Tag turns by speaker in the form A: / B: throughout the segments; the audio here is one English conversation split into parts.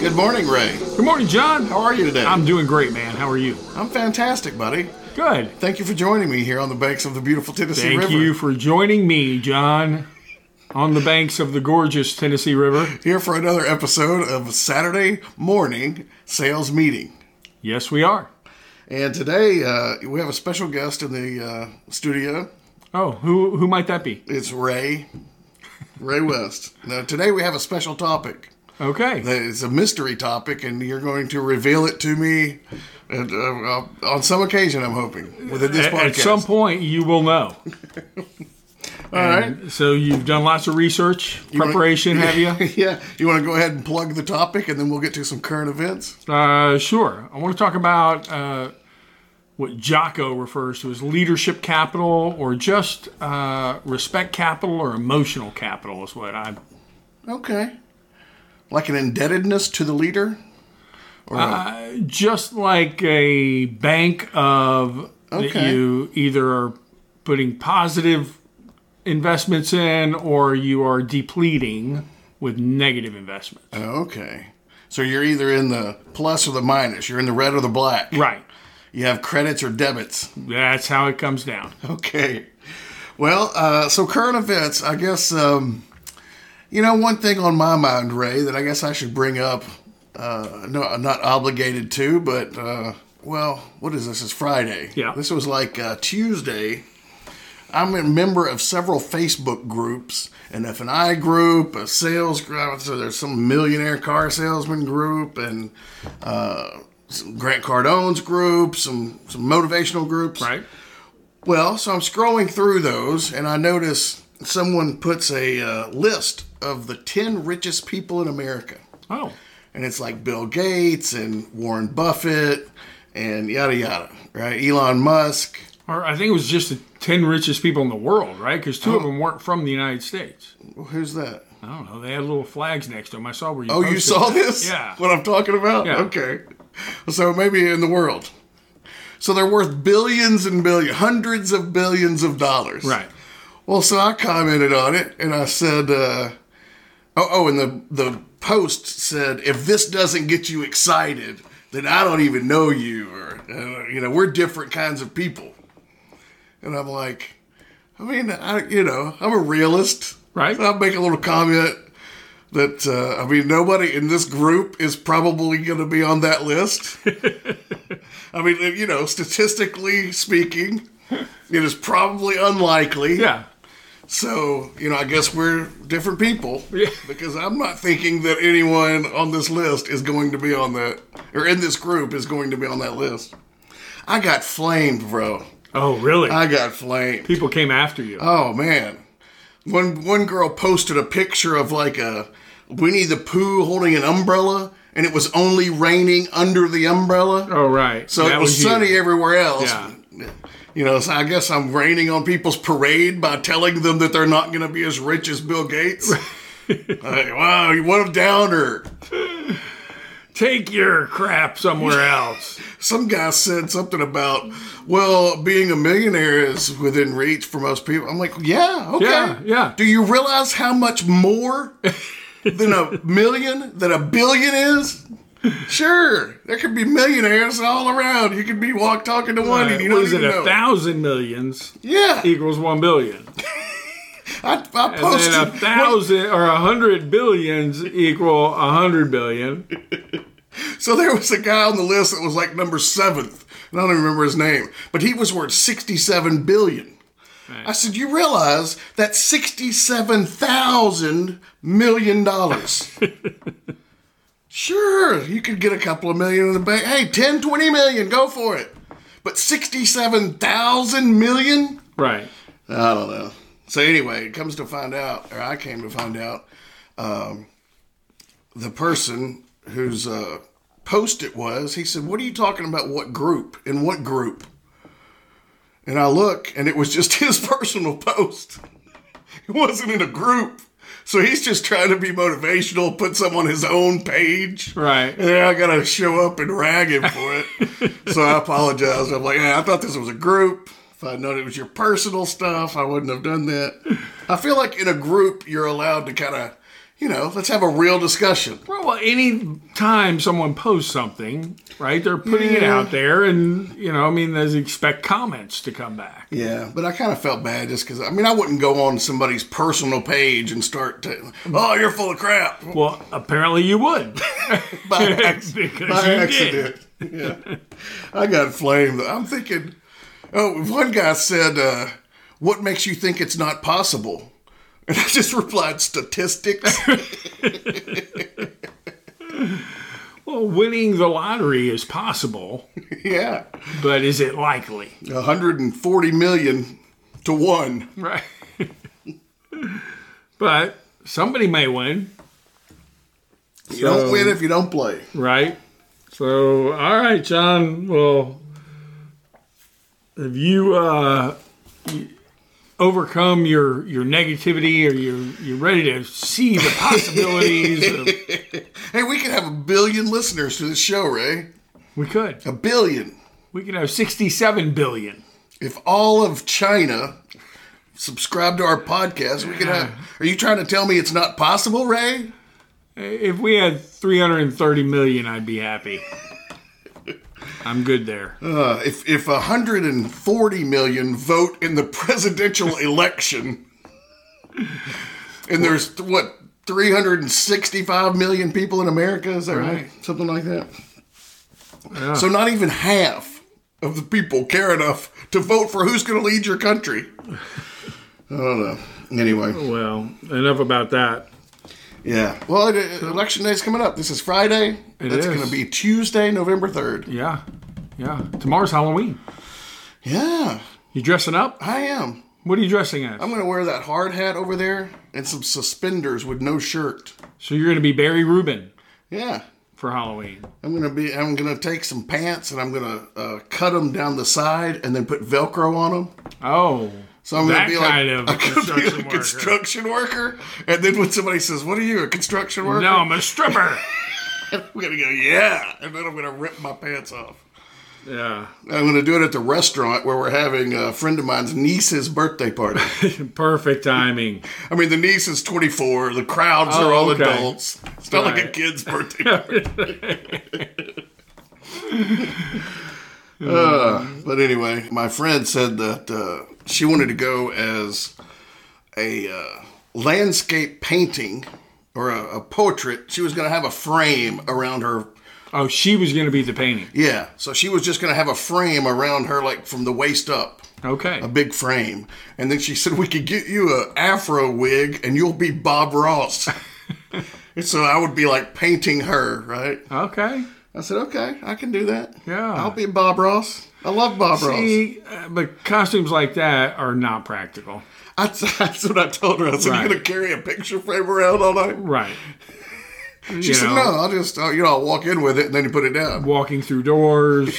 A: Good morning, Ray.
B: Good morning, John.
A: How are you today?
B: I'm doing great, man. How are you?
A: I'm fantastic, buddy.
B: Good.
A: Thank you for joining me here on the banks of the beautiful Tennessee
B: Thank
A: River.
B: you for joining me, John, on the banks of the gorgeous Tennessee River.
A: Here for another episode of Saturday morning sales meeting.
B: Yes, we are.
A: And today uh, we have a special guest in the uh, studio.
B: Oh, who who might that be?
A: It's Ray, Ray West. Now today we have a special topic.
B: Okay.
A: that It's a mystery topic, and you're going to reveal it to me. And, uh, on some occasion, I'm hoping within this
B: At,
A: podcast.
B: at some point, you will know.
A: All right.
B: So you've done lots of research,
A: wanna-
B: preparation, have you?
A: yeah. You want to go ahead and plug the topic, and then we'll get to some current events.
B: Uh, sure. I want to talk about uh, what Jocko refers to as leadership capital, or just uh, respect capital, or emotional capital, is what I'm
A: Okay. Like an indebtedness to the leader? Or
B: Uh, just like a bank of that
A: Okay.
B: you either are putting positive investments in or you are depleting with negative investments.
A: okay. So you're either in the plus or the minus. You're in the red or the black.
B: Right.
A: You have credits or debits.
B: That's how it comes down.
A: Okay. Well, uh, so current events, I guess, um, you know, one thing on my mind, Ray, that I guess I should bring up, uh, no, I'm not obligated to, but, uh, well, what is this? It's Friday.
B: Yeah.
A: This was like uh, Tuesday. I'm a member of several Facebook groups, an F&I group, a sales group, so there's some millionaire car salesman group, and uh, some Grant Cardone's group, some, some motivational groups.
B: Right.
A: Well, so I'm scrolling through those, and I notice someone puts a uh, list of the 10 richest people in America.
B: Oh.
A: And it's like Bill Gates and Warren Buffett and yada yada, right? Elon Musk.
B: Or I think it was just the 10 richest people in the world, right? Because two of
A: Oh.
B: them weren't from the United States.
A: Who's that?
B: I don't know. They had little flags next to them. I saw where you
A: Oh, you
B: posted
A: saw
B: that.
A: this?
B: Yeah.
A: What I'm talking about?
B: Yeah.
A: Okay. So maybe in the world. So they're worth billions and billions, hundreds of billions of dollars.
B: Right.
A: Well, so I commented on it and I said, uh, oh, oh, and the, the post said, if this doesn't get you excited, then I don't even know you, or, uh, you know, we're different kinds of people. And I'm like, I mean, I, you know, I'm a realist.
B: Right.
A: So I'll make a little comment that, uh, I mean, nobody in this group is probably going to be on that list. I mean, you know, statistically speaking, it is probably unlikely.
B: Yeah.
A: So, you know, I guess we're different people
B: Yeah.
A: because I'm not thinking that anyone on this list is going to be on that, or in this group is going to be on that list. I got flamed, bro.
B: Oh, really?
A: I got flamed.
B: people came after you.
A: Oh, man. One, one girl posted a picture of like a Winnie the Pooh holding an umbrella, and it was only raining under the umbrella.
B: oh, right.
A: So it was,
B: you.
A: sunny everywhere else.
B: Yeah.
A: You know, so I guess I'm raining on people's parade by telling them that they're not going to be as rich as Bill Gates. Like, wow, what a downer.
B: take your crap somewhere else.
A: Some guy said something about, well, being a millionaire is within reach for most people. I'm like, yeah, okay.
B: Yeah, yeah.
A: Do you realize how much more than a million, than a billion is? Sure, there could be millionaires all around. You could be walk talking to one, and you
B: Uh, what
A: don't
B: is it?
A: even
B: A
A: know.
B: thousand millions
A: yeah,
B: equals one billion.
A: I, I
B: And
A: posted.
B: then a thousand or a hundred billions equal a hundred billion.
A: so there was a guy on the list that was like number seventh, and I don't even remember his name, but he was worth sixty-seven billion. I said, "You realize that's sixty-seven thousand million dollars." sure, you could get a couple of million in the bank. Hey, 10, 20 million, go for it. But sixty-seven thousand million.
B: Right.
A: I don't know. So anyway, it comes to find out, or I came to find out, um, the person whose uh, post it was, he said, "What are you talking about? What group? In what group?" And I look, and it was just his personal post. It wasn't in a group, so he's just trying to be motivational, put some on his own page,
B: Right.
A: and then I gotta show up and rag him for it. so I apologize. I'm like, yeah, I thought this was a group. If I'd known it was your personal stuff, I wouldn't have done that. I feel like in a group, you're allowed to kind of you know, let's have a real discussion.
B: Well, any time someone posts something, right? They're putting it out there, and you know, I mean, there's expect comments to come back.
A: Yeah, but I kind of felt bad just because I mean I wouldn't go on somebody's personal page and start to oh you're full of crap
B: Well, apparently you would.
A: by, ac-
B: Because
A: by
B: you did.
A: accident. Yeah, I got flamed. I'm thinking, oh, one guy said, uh, "What makes you think it's not possible?" And I just replied, "Statistics."
B: well, winning the lottery is possible,
A: yeah,
B: but is it likely?
A: 140 million to one.
B: Right. but somebody may win,
A: You don't win if you don't play.
B: right? So, all right, John. Well, have you uh, you overcome your your negativity, or you you're ready to see the possibilities? of,
A: Hey, we could have a billion listeners to this show, Ray.
B: we could.
A: A billion.
B: We could have sixty-seven billion.
A: If all of China subscribed to our podcast, we could have. Are you trying to tell me it's not possible, Ray?
B: If we had three hundred and thirty million, I'd be happy. I'm good there.
A: Uh, if if 140 million vote in the presidential election, and there's th- what 365 million people in America, is that right?
B: Right.
A: Something like that. So not even half of the people care enough to vote for who's going to lead your country. I don't know. Anyway,
B: Well, enough about that.
A: yeah. Well, it, it- election day's coming up. This is Friday.
B: It
A: That's
B: is.
A: going to be Tuesday, November 3rd.
B: Yeah, yeah. Tomorrow's Halloween.
A: Yeah,
B: You dressing up?
A: I am.
B: What are you dressing as?
A: I'm gonna wear that hard hat over there and some suspenders with no shirt.
B: So you're going to be Barry Rubin
A: Yeah,
B: for Halloween.
A: I'm gonna be. I'm gonna take some pants and I'm gonna uh, cut them down the side and then put Velcro on them.
B: Oh,
A: So I'm gonna
B: That
A: be like
B: kind of
A: I'm gonna be like
B: construction
A: a
B: worker.
A: construction worker. And then when somebody says, "What are you, a construction worker?"
B: no, I'm a stripper.
A: I'm gonna go, "Yeah," and then I'm gonna rip my pants off.
B: yeah,
A: I'm gonna do it at the restaurant where we're having a friend of mine's niece's birthday party.
B: perfect timing.
A: I mean, the niece is 24. The crowds
B: Oh,
A: are all
B: okay.
A: adults. It's not like a
B: Right.
A: kid's birthday party. Uh, but anyway, my friend said that uh, she wanted to go as a uh, landscape painting or a, a portrait. She was going to have a frame around her.
B: Oh, she was going to be the painting.
A: Yeah, so she was just going to have a frame around her, like from the waist up
B: Okay.
A: a big frame. And then she said, "We could get you a afro wig, and you'll be Bob Ross." and so I would be like painting her, right?
B: Okay.
A: I said, "Okay, I can do that.
B: Yeah.
A: I'll be Bob Ross. I love Bob Ross."
B: See, uh, but costumes like that are not practical.
A: That's, that's what I told her. I said,
B: Right.
A: "You're gonna carry a picture frame around all night?"
B: Right.
A: She said, "No, I'll just I'll, you know I'll walk in with it, and then you put it down."
B: Walking through doors,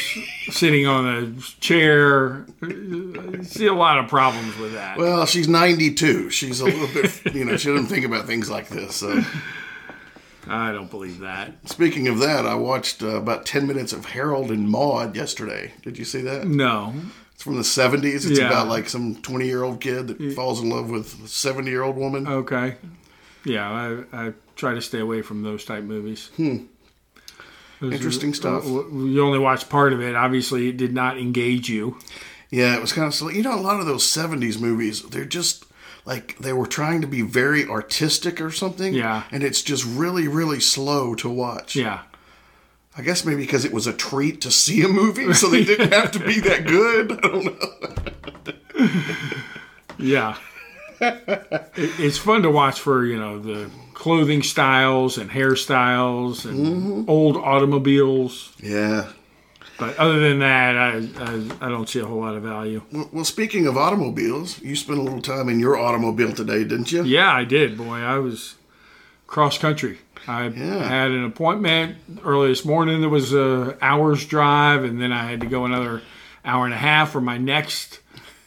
B: sitting on a chair. Uh, See a lot of problems with that.
A: Well, she's 92. She's a little bit, you know, she doesn't think about things like this. So,
B: I don't believe that.
A: speaking of that, I watched uh, about 10 minutes of Harold and Maude yesterday. Did you see that?
B: No.
A: It's from the 70s. It's
B: Yeah.
A: about like some 20 year old kid that falls in love with a 70 year old woman.
B: Okay. Yeah, I, I try to stay away from those type movies. Those
A: Interesting stuff.
B: W- You only watched part of it. Obviously, it did not engage you.
A: Yeah, it was kind of silly. You know, a lot of those 70s movies, they're just like they were trying to be very artistic or something.
B: Yeah.
A: And it's just really, really slow to watch.
B: Yeah.
A: I guess maybe because it was a treat to see a movie, so they didn't have to be that good. I don't know.
B: Yeah. it, it's fun to watch for, you know, the clothing styles and hairstyles and old automobiles.
A: Yeah.
B: But other than that, I, I, I don't see a whole lot of value.
A: Well, well, speaking of automobiles, you spent a little time in your automobile today, didn't you?
B: Yeah, I did, boy. I was cross country. I had an appointment early this morning. There was a hour's drive, and then I had to go another hour and a half for my next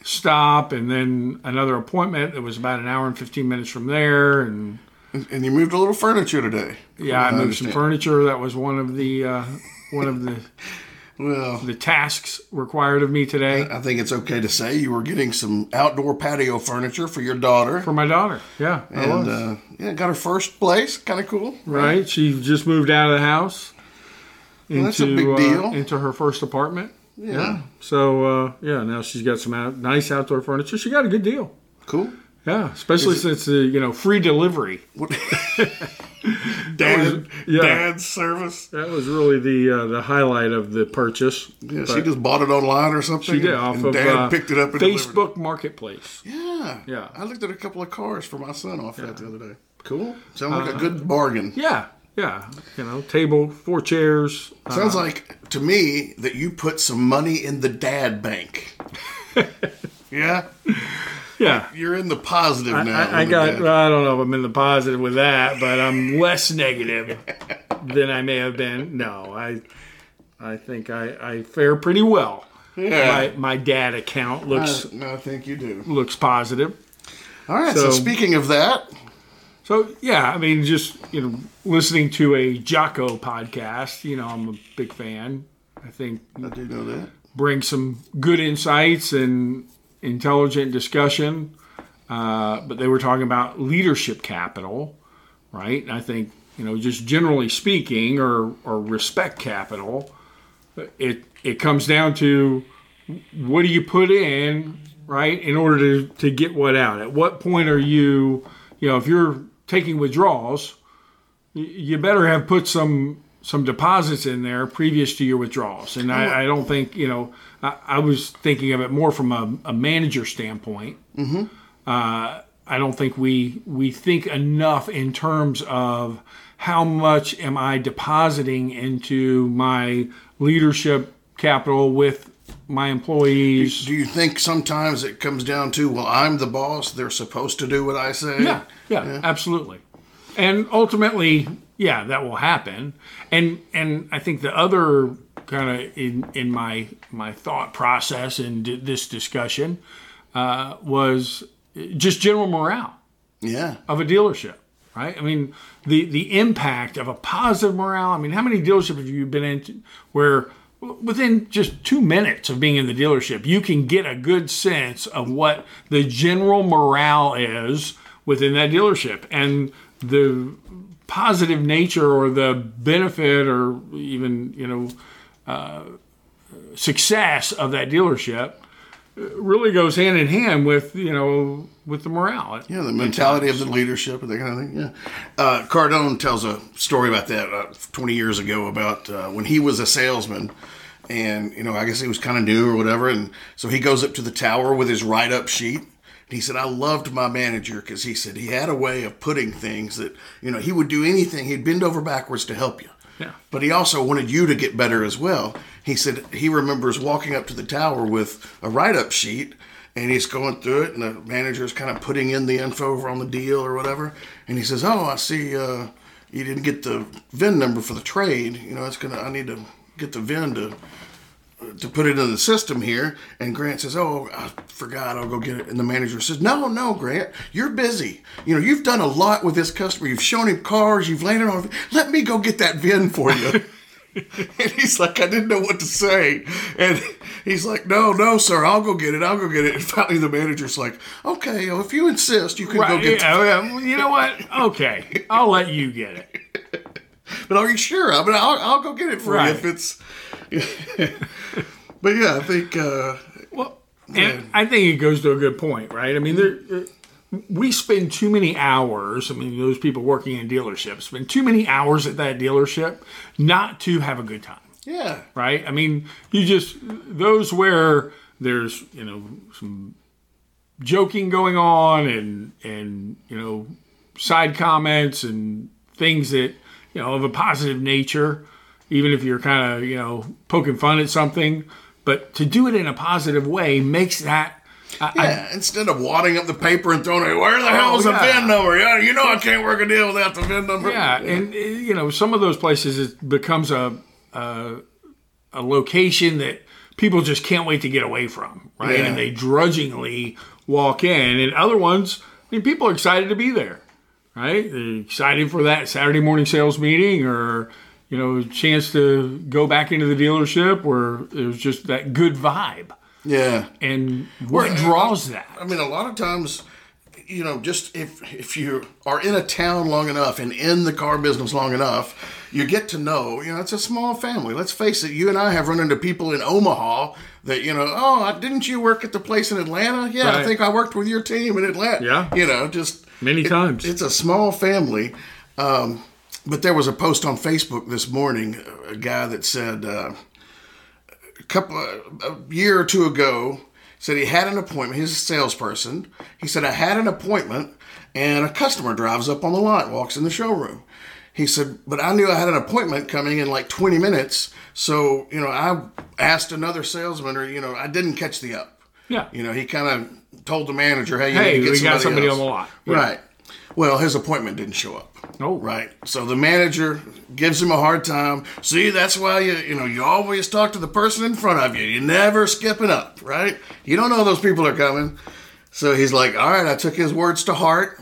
B: stop, and then another appointment that was about an hour and fifteen minutes from there. And
A: And you moved a little furniture today.
B: yeah, I moved some
A: understand.
B: furniture. That was one of the uh, one of the
A: Well,
B: the tasks required of me today
A: I think it's okay to say you were getting some outdoor patio furniture for your daughter.
B: for my daughter. Yeah, I
A: and
B: was.
A: uh, yeah, got her first place. Kind of cool.
B: right? She just moved out of the house into
A: that's a big
B: uh,
A: deal.
B: into her first apartment.
A: Yeah.
B: So uh, yeah, now she's got some out, nice outdoor furniture. She got a good deal.
A: Cool.
B: Yeah, especially since the you know free delivery.
A: Dad,
B: yeah.
A: dad's service.
B: That was really the uh, the highlight of the purchase.
A: Yeah, she
B: But
A: just bought it online or something.
B: she did
A: and-
B: off
A: and
B: of
A: Dad
B: uh,
A: picked it up and delivered it.
B: Facebook Marketplace.
A: Yeah,
B: Yeah.
A: I looked at a couple of cars for my son off that the other day. Cool. Sounds
B: Uh-huh.
A: like a good bargain.
B: Yeah, yeah. You know, table, four chairs. Uh,
A: Sounds like to me that you put some money in the dad bank. yeah,
B: yeah.
A: you're in the positive now.
B: I, I
A: on the
B: got.
A: dad.
B: well, I don't know if I'm in the positive with that, but I'm less negative than I may have been. No, I, I think I, I fare pretty well.
A: Yeah. Uh,
B: My my dad account looks
A: I, I think you do.
B: looks positive.
A: All right. So,
B: So-
A: speaking of that,
B: So yeah, I mean, just you know, listening to a Jocko podcast, you know, I'm a big fan. I think
A: I do know that.
B: brings some good insights and intelligent discussion. Uh, but they were talking about leadership capital, right? And I think you know, just generally speaking, or or respect capital, it it comes down to what do you put in, right, in order to to get what out. At what point are you, you know, if you're taking withdrawals, y- you better have put some some deposits in there previous to your withdrawals. And I, I don't think you know, I, I was thinking of it more from a, a manager standpoint. Uh, I don't think we we think enough in terms of how much am I depositing into my leadership capital with my employees.
A: Do you think sometimes it comes down to well, I'm the boss; they're supposed to do what I say?
B: Yeah, yeah, absolutely. And ultimately, yeah, that will happen. And and I think the other kind of in in my my thought process in d- this discussion uh, was just general morale.
A: Yeah.
B: of a dealership, right? I mean, the the impact of a positive morale. I mean, how many dealerships have you been in where within just two minutes of being in the dealership, you can get a good sense of what the general morale is within that dealership and the positive nature or the benefit or even you know uh, success of that dealership really goes hand in hand with you know with the morale
A: Yeah, the mentality of the leadership and that kind of thing. Yeah, uh, Cardone tells a story about that uh, 20 years ago about uh, when he was a salesman, and you know, I guess he was kind of new or whatever, and so he goes up to the tower with his write-up sheet. And he said, "I loved my manager because he said he had a way of putting things that you know he would do anything. He'd bend over backwards to help you."
B: Yeah.
A: But he also wanted you to get better as well. He said he remembers walking up to the tower with a write up sheet and he's going through it and the manager's kind of putting in the info over on the deal or whatever. And he says, Oh, I see uh, you didn't get the VIN number for the trade. You know, it's gonna I need to get the VIN to to put it in the system here. And Grant says, Oh, I forgot. I'll go get it. And the manager says, No, no, Grant, you're busy. You know, you've done a lot with this customer. You've shown him cars. You've landed on. Let me go get that VIN for you. and he's like, I didn't know what to say. And he's like, No, no, sir. I'll go get it. I'll go get it. And finally, the manager's like, Okay, well, if you insist, you can go
B: Right,
A: get it.
B: yeah, well, you know what? Okay, I'll let you get it.
A: But are you sure? I mean, I'll, I'll go get it for
B: Right.
A: you if it's. but yeah, I think. Uh,
B: Well, and I think it goes to a good point, right? I mean, there, we spend too many hours. I mean, those people working in dealerships spend too many hours at that dealership not to have a good time,
A: yeah.
B: right? I mean, you just those where there's you know some joking going on and and you know side comments and things that you know of a positive nature even if you're kind of you know poking fun at something but to do it in a positive way makes that
A: Yeah, instead of wadding up the paper and throwing it, where the hell is
B: Oh,
A: the
B: yeah.
A: VIN number? Yeah, you know I can't work a deal without the VIN number.
B: yeah and uh, you know some of those places it becomes a a, a location that people just can't wait to get away from right
A: Yeah.
B: and they drudgingly walk in and other ones i mean people are excited to be there right they're excited for that saturday morning sales meeting or you know, a chance to go back into the dealership where it was just that good vibe.
A: Yeah.
B: And what draws that?
A: I mean, a lot of times, you know, just if if you are in a town long enough and in the car business long enough, you get to know. You know, it's a small family. Let's face it. You and I have run into people in Omaha that you know. Oh, didn't you work at the place in Atlanta? Yeah, I
B: Right.
A: think I worked with your team in Atlanta.
B: Yeah.
A: You know, just
B: Many
A: it-
B: times.
A: It's a small family. Um, but there was a post on Facebook this morning, a guy that said. Uh, couple a year or two ago said he had an appointment. He's a salesperson. He said I had an appointment, and a customer drives up on the lot, walks in the showroom. He said, but I knew I had an appointment coming in like 20 minutes, so you know I asked another salesman, or you know I didn't catch the up.
B: Yeah.
A: You know he kind of told the manager, hey, you
B: Hey,
A: need to get
B: we
A: somebody
B: got somebody
A: else.
B: on the lot.
A: Right. Well, his appointment didn't show up.
B: Oh.
A: Right. So the manager gives him a hard time. See, that's why you you know you always talk to the person in front of you. You're never skipping up, right? You don't know those people are coming. So he's like, all right, I took his words to heart.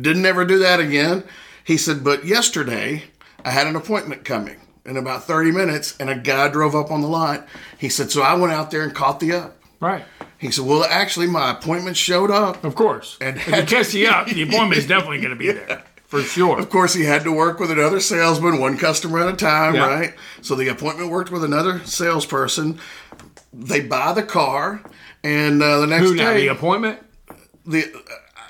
A: Didn't ever do that again. He said, but yesterday I had an appointment coming in about 30 minutes, and a guy drove up on the lot. He said, so I went out there and caught the up.
B: Right.
A: He said, well, actually, my appointment showed up.
B: Of course.
A: And-
B: And if you catch the up, the appointment is definitely going to be there for sure.
A: Of course, he had to work with another salesman, one customer at a time,
B: Yeah.
A: right? So the appointment worked with another salesperson. They buy the car, and uh, the next
B: Who now?
A: day,
B: The appointment?
A: the,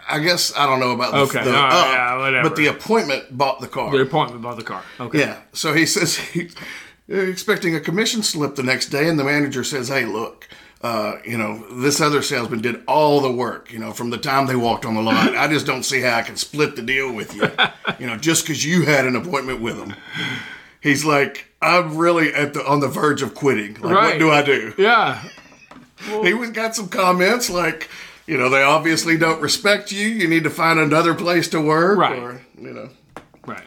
A: I guess I don't know about the,
B: Okay,
A: the
B: all right,
A: up,
B: yeah, whatever.
A: but the appointment bought the car.
B: The appointment by the car. Okay.
A: Yeah. So he says he's expecting a commission slip the next day, and the manager says, "Hey, look." Uh, you know, this other salesman did all the work, you know, from the time they walked on the line. I just don't see how I can split the deal with you, you know, just because you had an appointment with him. He's like, I'm really at the on the verge of quitting. Like, what
B: Right.
A: do I do?
B: Yeah.
A: He was got some comments like, you know, they obviously don't respect you. You need to find another place to work,
B: Right.
A: or you know.
B: Right.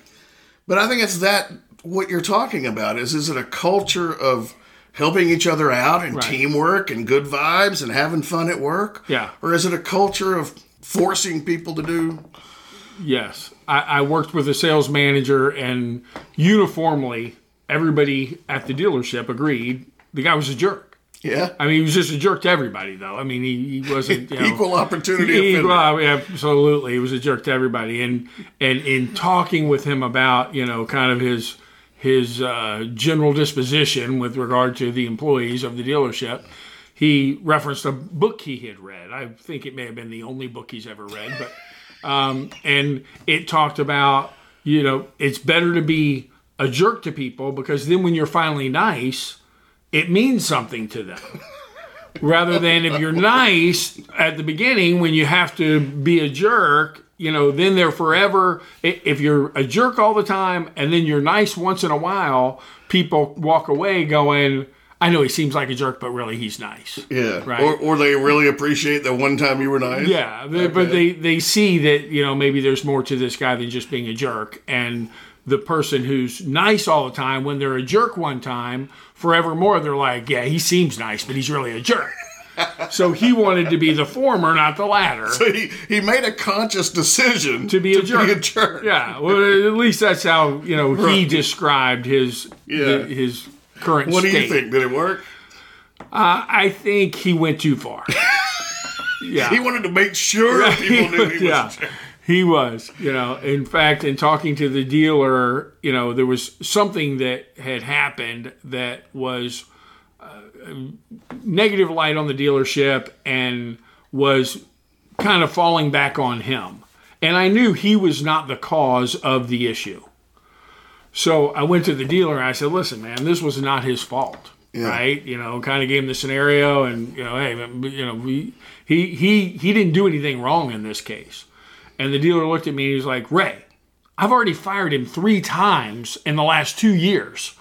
A: But I think it's that what you're talking about is is it a culture of helping each other out and teamwork and good vibes and having fun at work?
B: Yeah.
A: Or is it a culture of forcing people to do
B: Yes. I, I worked with a sales manager, and uniformly, everybody at the dealership agreed the guy was a jerk.
A: yeah
B: I mean, he was just a jerk to everybody, though. I mean, he, he wasn't you know,
A: equal opportunity
B: He-
A: offender?
B: well, yeah, absolutely, he was a jerk to everybody, and and in talking with him about you know kind of his his uh, general disposition with regard to the employees of the dealership, he referenced a book he had read. I think it may have been the only book he's ever read, but um, and it talked about you know it's better to be a jerk to people because then when you're finally nice, it means something to them rather than if you're nice at the beginning when you have to be a jerk you know then they're forever i- if you're a jerk all the time and then you're nice once in a while people walk away going i know he seems like a jerk but really he's nice
A: Yeah.
B: right.
A: Or or they really appreciate the one time you were nice.
B: yeah, they, but they they see that you know maybe there's more to this guy than just being a jerk, and the person who's nice all the time when they're a jerk one time, forevermore they're like, yeah, he seems nice, but he's really a jerk. so he wanted to be the former, not the latter.
A: He, he made a conscious decision
B: To be a jerk.
A: Be a jerk.
B: yeah, well, at least that's how you know he described his
A: Yeah.
B: his current
A: What do
B: state.
A: you think? Did it work?
B: I think he went too far. yeah,
A: He wanted to make sure people knew he was
B: yeah,
A: a jerk.
B: he was. You know, in fact, in talking to the dealer, you know, there was something that had happened that was uh, negative light on the dealership and was kind of falling back on him. And I knew he was not the cause of the issue. So I went to the dealer and I said, "Listen, man, this was not his fault, right? You know, kind of gave him the scenario, and you know, hey, you know, we, he he he didn't do anything wrong in this case." And the dealer looked at me and he was like, "Ray, I've already fired him three times in the last two years.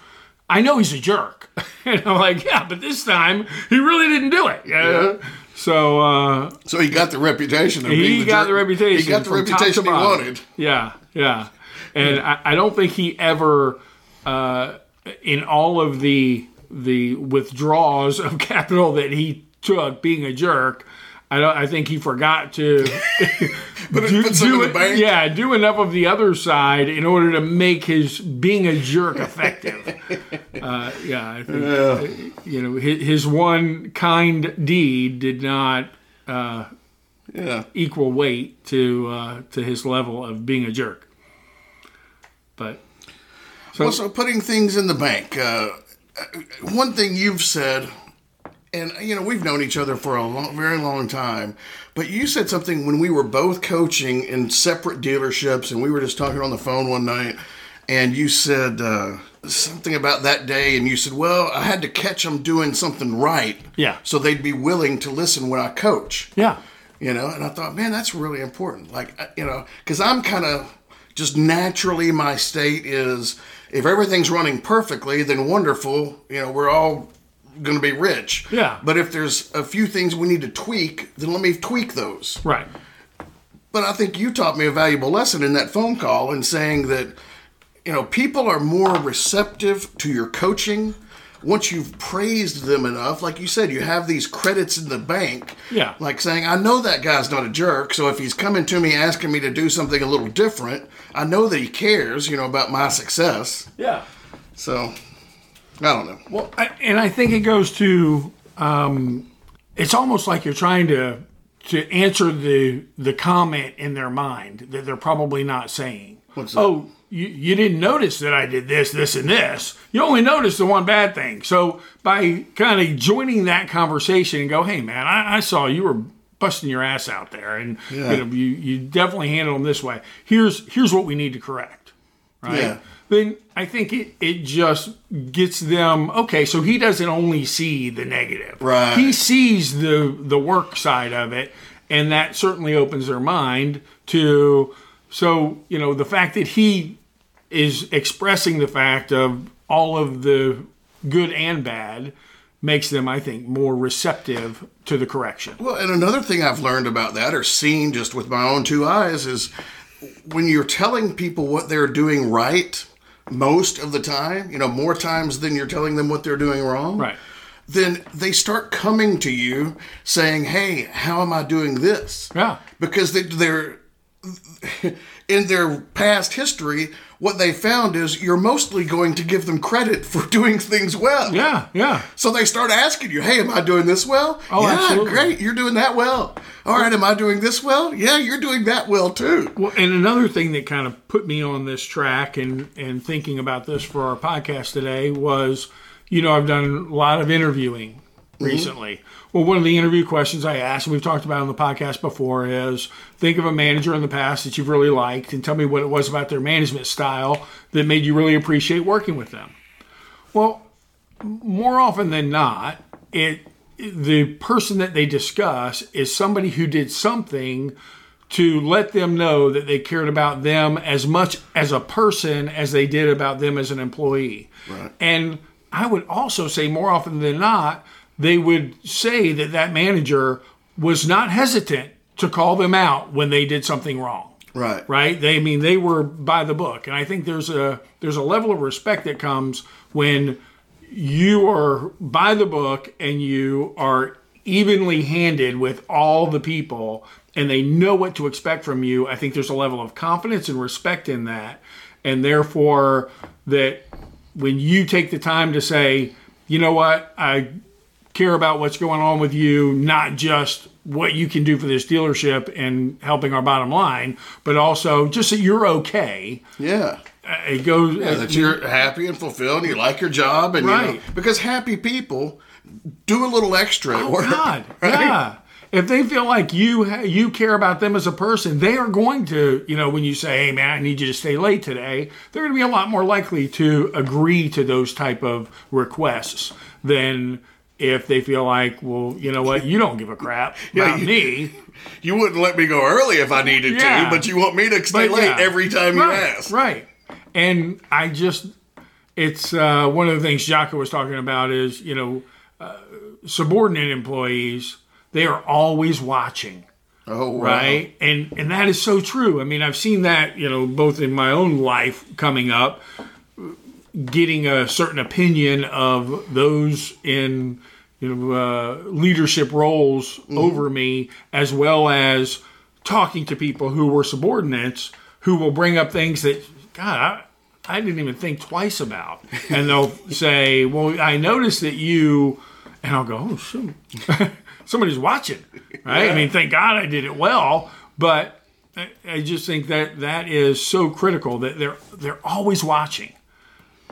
B: I know he's a jerk." and I'm like, "Yeah, but this time he really didn't do it." Yeah. So uh,
A: So he got the reputation of being
B: he
A: the
B: got
A: jerk.
B: the reputation.
A: He got the
B: from top to
A: reputation he
B: bottom.
A: wanted.
B: Yeah, yeah. And I, I don't think he ever, uh, in all of the the withdrawals of capital that he took, being a jerk, I don't. I think he forgot to
A: Put,
B: do,
A: put some
B: do
A: in the
B: it-
A: bank.
B: yeah, do enough of the other side in order to make his being a jerk effective. uh, yeah, I think uh, you know his, his one kind deed did not
A: Yeah.
B: equal weight to uh, to his level of being a jerk. But
A: Also, putting things in the bank. Uh, one thing you've said, and you know we've known each other for a long, very long time, but you said something when we were both coaching in separate dealerships, and we were just talking on the phone one night, and you said uh, something about that day, and you said, "Well, I had to catch them doing something right,
B: Yeah.
A: so they'd be willing to listen when I coach."
B: yeah,
A: you know and i thought man that's really important like I- you know because i'm kind of just naturally my state is if everything's running perfectly then wonderful you know we're all going to be rich
B: Yeah.
A: but if there's a few things we need to tweak then let me tweak those
B: right.
A: but i think you taught me a valuable lesson in that phone call in saying that you know people are more receptive to your coaching once you've praised them enough like you said you have these credits in the bank
B: Yeah.
A: like saying, I know that guy's not a jerk, so if he's coming to me asking me to do something a little different, I know that he cares, you know, about my success.
B: Yeah.
A: So, I don't know.
B: Well, I, and I think it goes to um, it's almost like you're trying to to answer the the comment in their mind that they're probably not saying.
A: What's that?
B: oh, you, you didn't notice that I did this, this, and this. You only noticed the one bad thing. So by kind of joining that conversation and go, hey man, I, I saw you were busting your ass out there, and you, know, you you definitely handled them this way. Here's here's what we need to correct right?
A: Yeah.
B: Then I think it, it just gets them okay. So he doesn't only see the negative,
A: Right.
B: He sees the the work side of it, and that certainly opens their mind to. So you know the fact that he is expressing the fact of all of the good and bad makes them, I think, more receptive to the correction.
A: Well, and another thing I've learned about that or seen just with my own two eyes is when you're telling people what they're doing right most of the time, you know, more times than you're telling them what they're doing wrong.
B: Right.
A: Then they start coming to you saying, "Hey, how am I doing this?"
B: Yeah.
A: because they, they're in their past history what they found is you're mostly going to give them credit for doing things well
B: Yeah. Yeah.
A: so they start asking you hey am i doing this well
B: Oh,
A: yeah
B: absolutely.
A: great you're doing that well all right am i doing this well yeah you're doing that well too
B: Well, and another thing that kind of put me on this track and and thinking about this for our podcast today was, you know, I've done a lot of interviewing recently. Well, one of the interview questions I asked, and we've talked about it on the podcast before, is think of a manager in the past that you've really liked, and tell me what it was about their management style that made you really appreciate working with them. Well, more often than not, it the person that they discuss is somebody who did something to let them know that they cared about them as much as a person as they did about them as an employee. Right. And I would also say more often than not, they would say that that manager was not hesitant to call them out when they did something wrong
A: right
B: right? They I mean they were by the book, and I think there's a there's a level of respect that comes when you are by the book and you are evenly handed with all the people, and they know what to expect from you. I think there's a level of confidence and respect in that, and therefore that when you take the time to say, you know what, I care about what's going on with you, not just what you can do for this dealership and helping our bottom line, but also just that you're okay.
A: yeah
B: Uh, It goes.
A: that you're happy and fulfilled and you like your job and you know,
B: Right. Oh,
A: because happy people do a little extra at work
B: God, yeah. If they feel like you ha- you care about them as a person, they are going to, you know, when you say, "Hey, man, I need you to stay late today," they're going to be a lot more likely to agree to those type of requests than if they feel like, "Well, you know what, you don't give a crap about
A: you-
B: me."
A: you wouldn't let me go early if i needed
B: Yeah.
A: to but you want me to stay
B: But,
A: late
B: yeah.
A: every time you
B: right,
A: ask
B: Right. And I just, it's uh, one of the things Jocko was talking about is, you know, uh, subordinate employees, they are always watching.
A: oh wow.
B: Right. And and that is so true. I mean, I've seen that, you know, both in my own life coming up, getting a certain opinion of those in you know uh, leadership roles over me, as well as talking to people who were subordinates who will bring up things that God. I, I didn't even think twice about, and they'll say, "Well, I noticed that you," and I'll go, "Oh shoot, somebody's watching, right?" I mean, thank God I did it well, but I, I just think that that is so critical that they're they're always watching,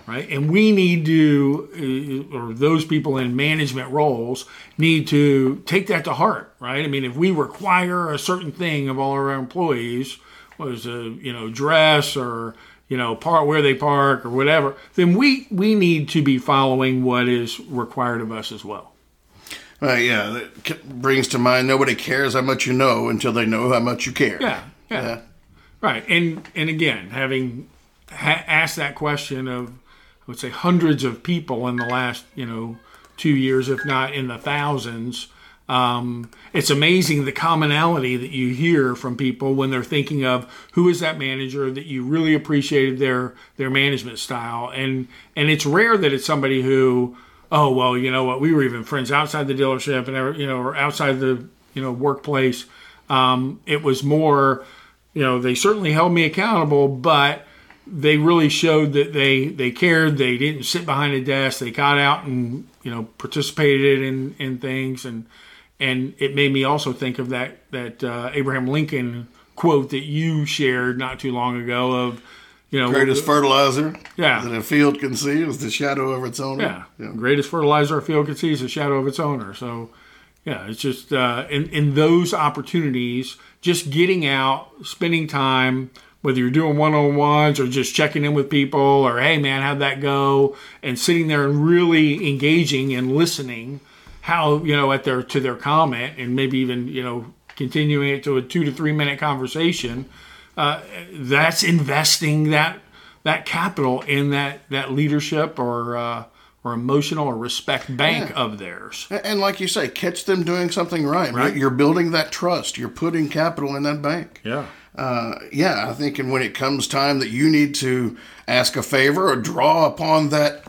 B: right? And we need to, uh, or those people in management roles need to take that to heart, right? I mean, if we require a certain thing of all our employees, was a you know dress or you know park where they park or whatever, then we we need to be following what is required of us as well.
A: Uh, yeah, that c- brings to mind nobody cares how much you know until they know how much you care.
B: Yeah, yeah, right. And and again, having ha- asked that question of, I would say hundreds of people in the last you know two years, if not in the thousands. Um, it's amazing the commonality that you hear from people when they're thinking of who is that manager that you really appreciated their their management style, and and it's rare that it's somebody who, oh well, you know what, we were even friends outside the dealership and ever- you know or outside the you know workplace. Um, it was more, you know, they certainly held me accountable, but they really showed that they they cared. They didn't sit behind a desk. They got out and you know participated in in things and and it made me also think of that that uh, Abraham Lincoln quote that you shared not too long ago of you know
A: Greatest fertilizer
B: Yeah.
A: that a field can see is the shadow of its owner.
B: yeah, greatest fertilizer a field can see is the shadow of its owner. So, yeah, it's just uh, in in those opportunities, just getting out, spending time, whether you're doing one on ones or just checking in with people, or hey man, how'd that go? And sitting there and really engaging and listening, how you know at their to their comment, and maybe even you know continuing it to a two to three minute conversation. Uh, that's investing that that capital in that that leadership or uh, or emotional or respect bank of theirs.
A: A- And like you say, catch them doing something right.
B: Right.
A: You're building that trust. You're putting capital in that bank.
B: Yeah.
A: Uh, yeah, I think, and when it comes time that you need to ask a favor or draw upon that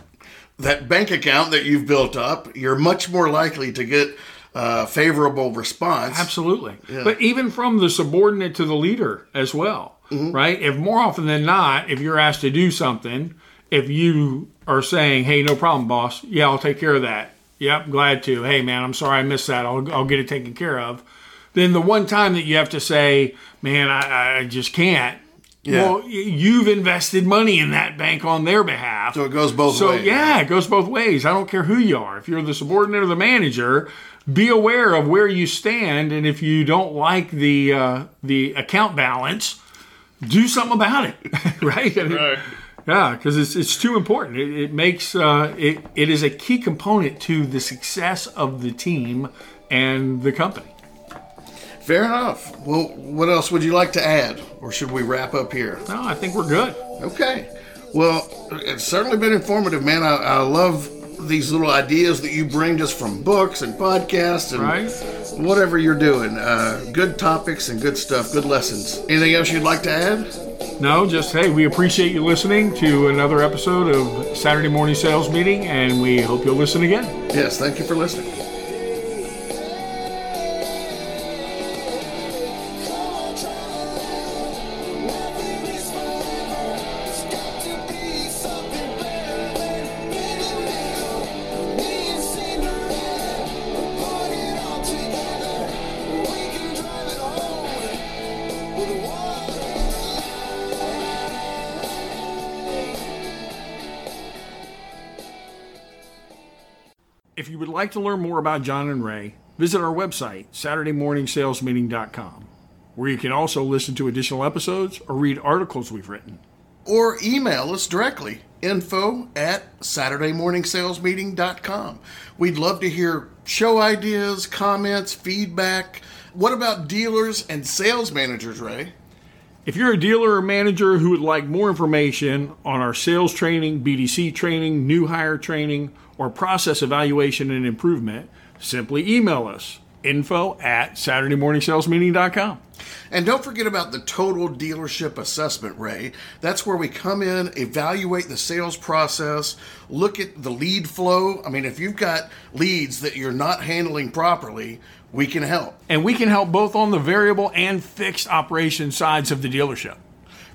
A: that bank account that you've built up, you're much more likely to get a favorable response.
B: Absolutely. But even from the subordinate to the leader as well, right? If more often than not, if you're asked to do something, if you are saying, hey, no problem, boss. Yeah, I'll take care of that. Yep, glad to. Hey, man, I'm sorry I missed that. I'll, I'll get it taken care of. Then the one time that you have to say, man, I, I just can't.
A: Yeah.
B: Well, y- you've invested money in that bank on their behalf.
A: So it goes both
B: So
A: ways.
B: yeah, it goes both ways. I don't care who you are. If you're the subordinate or the manager, be aware of where you stand, and if you don't like the uh, the account balance, do something about it. right?
A: Right.
B: Yeah, because it's it's too important. It, it makes uh, it it is a key component to the success of the team and the company.
A: Fair enough. Well, what else would you like to add, or should we wrap up here?
B: No, I think we're good.
A: Okay. Well, it's certainly been informative, man. I, I love these little ideas that you bring just from books and podcasts and
B: Right.
A: whatever you're doing. Uh, good topics and good stuff, good lessons. Anything else you'd like to add?
B: No, just hey, we appreciate you listening to another episode of Saturday Morning Sales Meeting, and we hope you'll listen again.
A: Yes, thank you for listening.
B: If you would like to learn more about John and Ray, visit our website, SaturdayMorningSalesMeeting.com, where you can also listen to additional episodes or read articles we've written.
A: or email us directly info at saturdaymorningsalesmeeting.com we'd love to hear show ideas comments feedback what about dealers and sales managers ray
B: If you're a dealer or manager who would like more information on our sales training, BDC training, new hire training, or process evaluation and improvement, simply email us info at SaturdayMorningSalesMeeting.com.
A: And don't forget about the total dealership assessment, Ray. That's where we come in, evaluate the sales process, look at the lead flow. I mean, if you've got leads that you're not handling properly, we can help.
B: And we can help both on the variable and fixed operation sides of the dealership.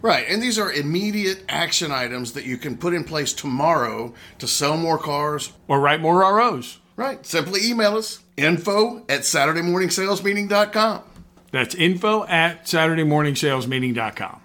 A: Right, and these are immediate action items that you can put in place tomorrow to sell more cars.
B: Or write more ROs.
A: Right, simply email us info at SaturdayMorningSalesMeeting.com.
B: That's info at SaturdayMorningSalesMeeting.com.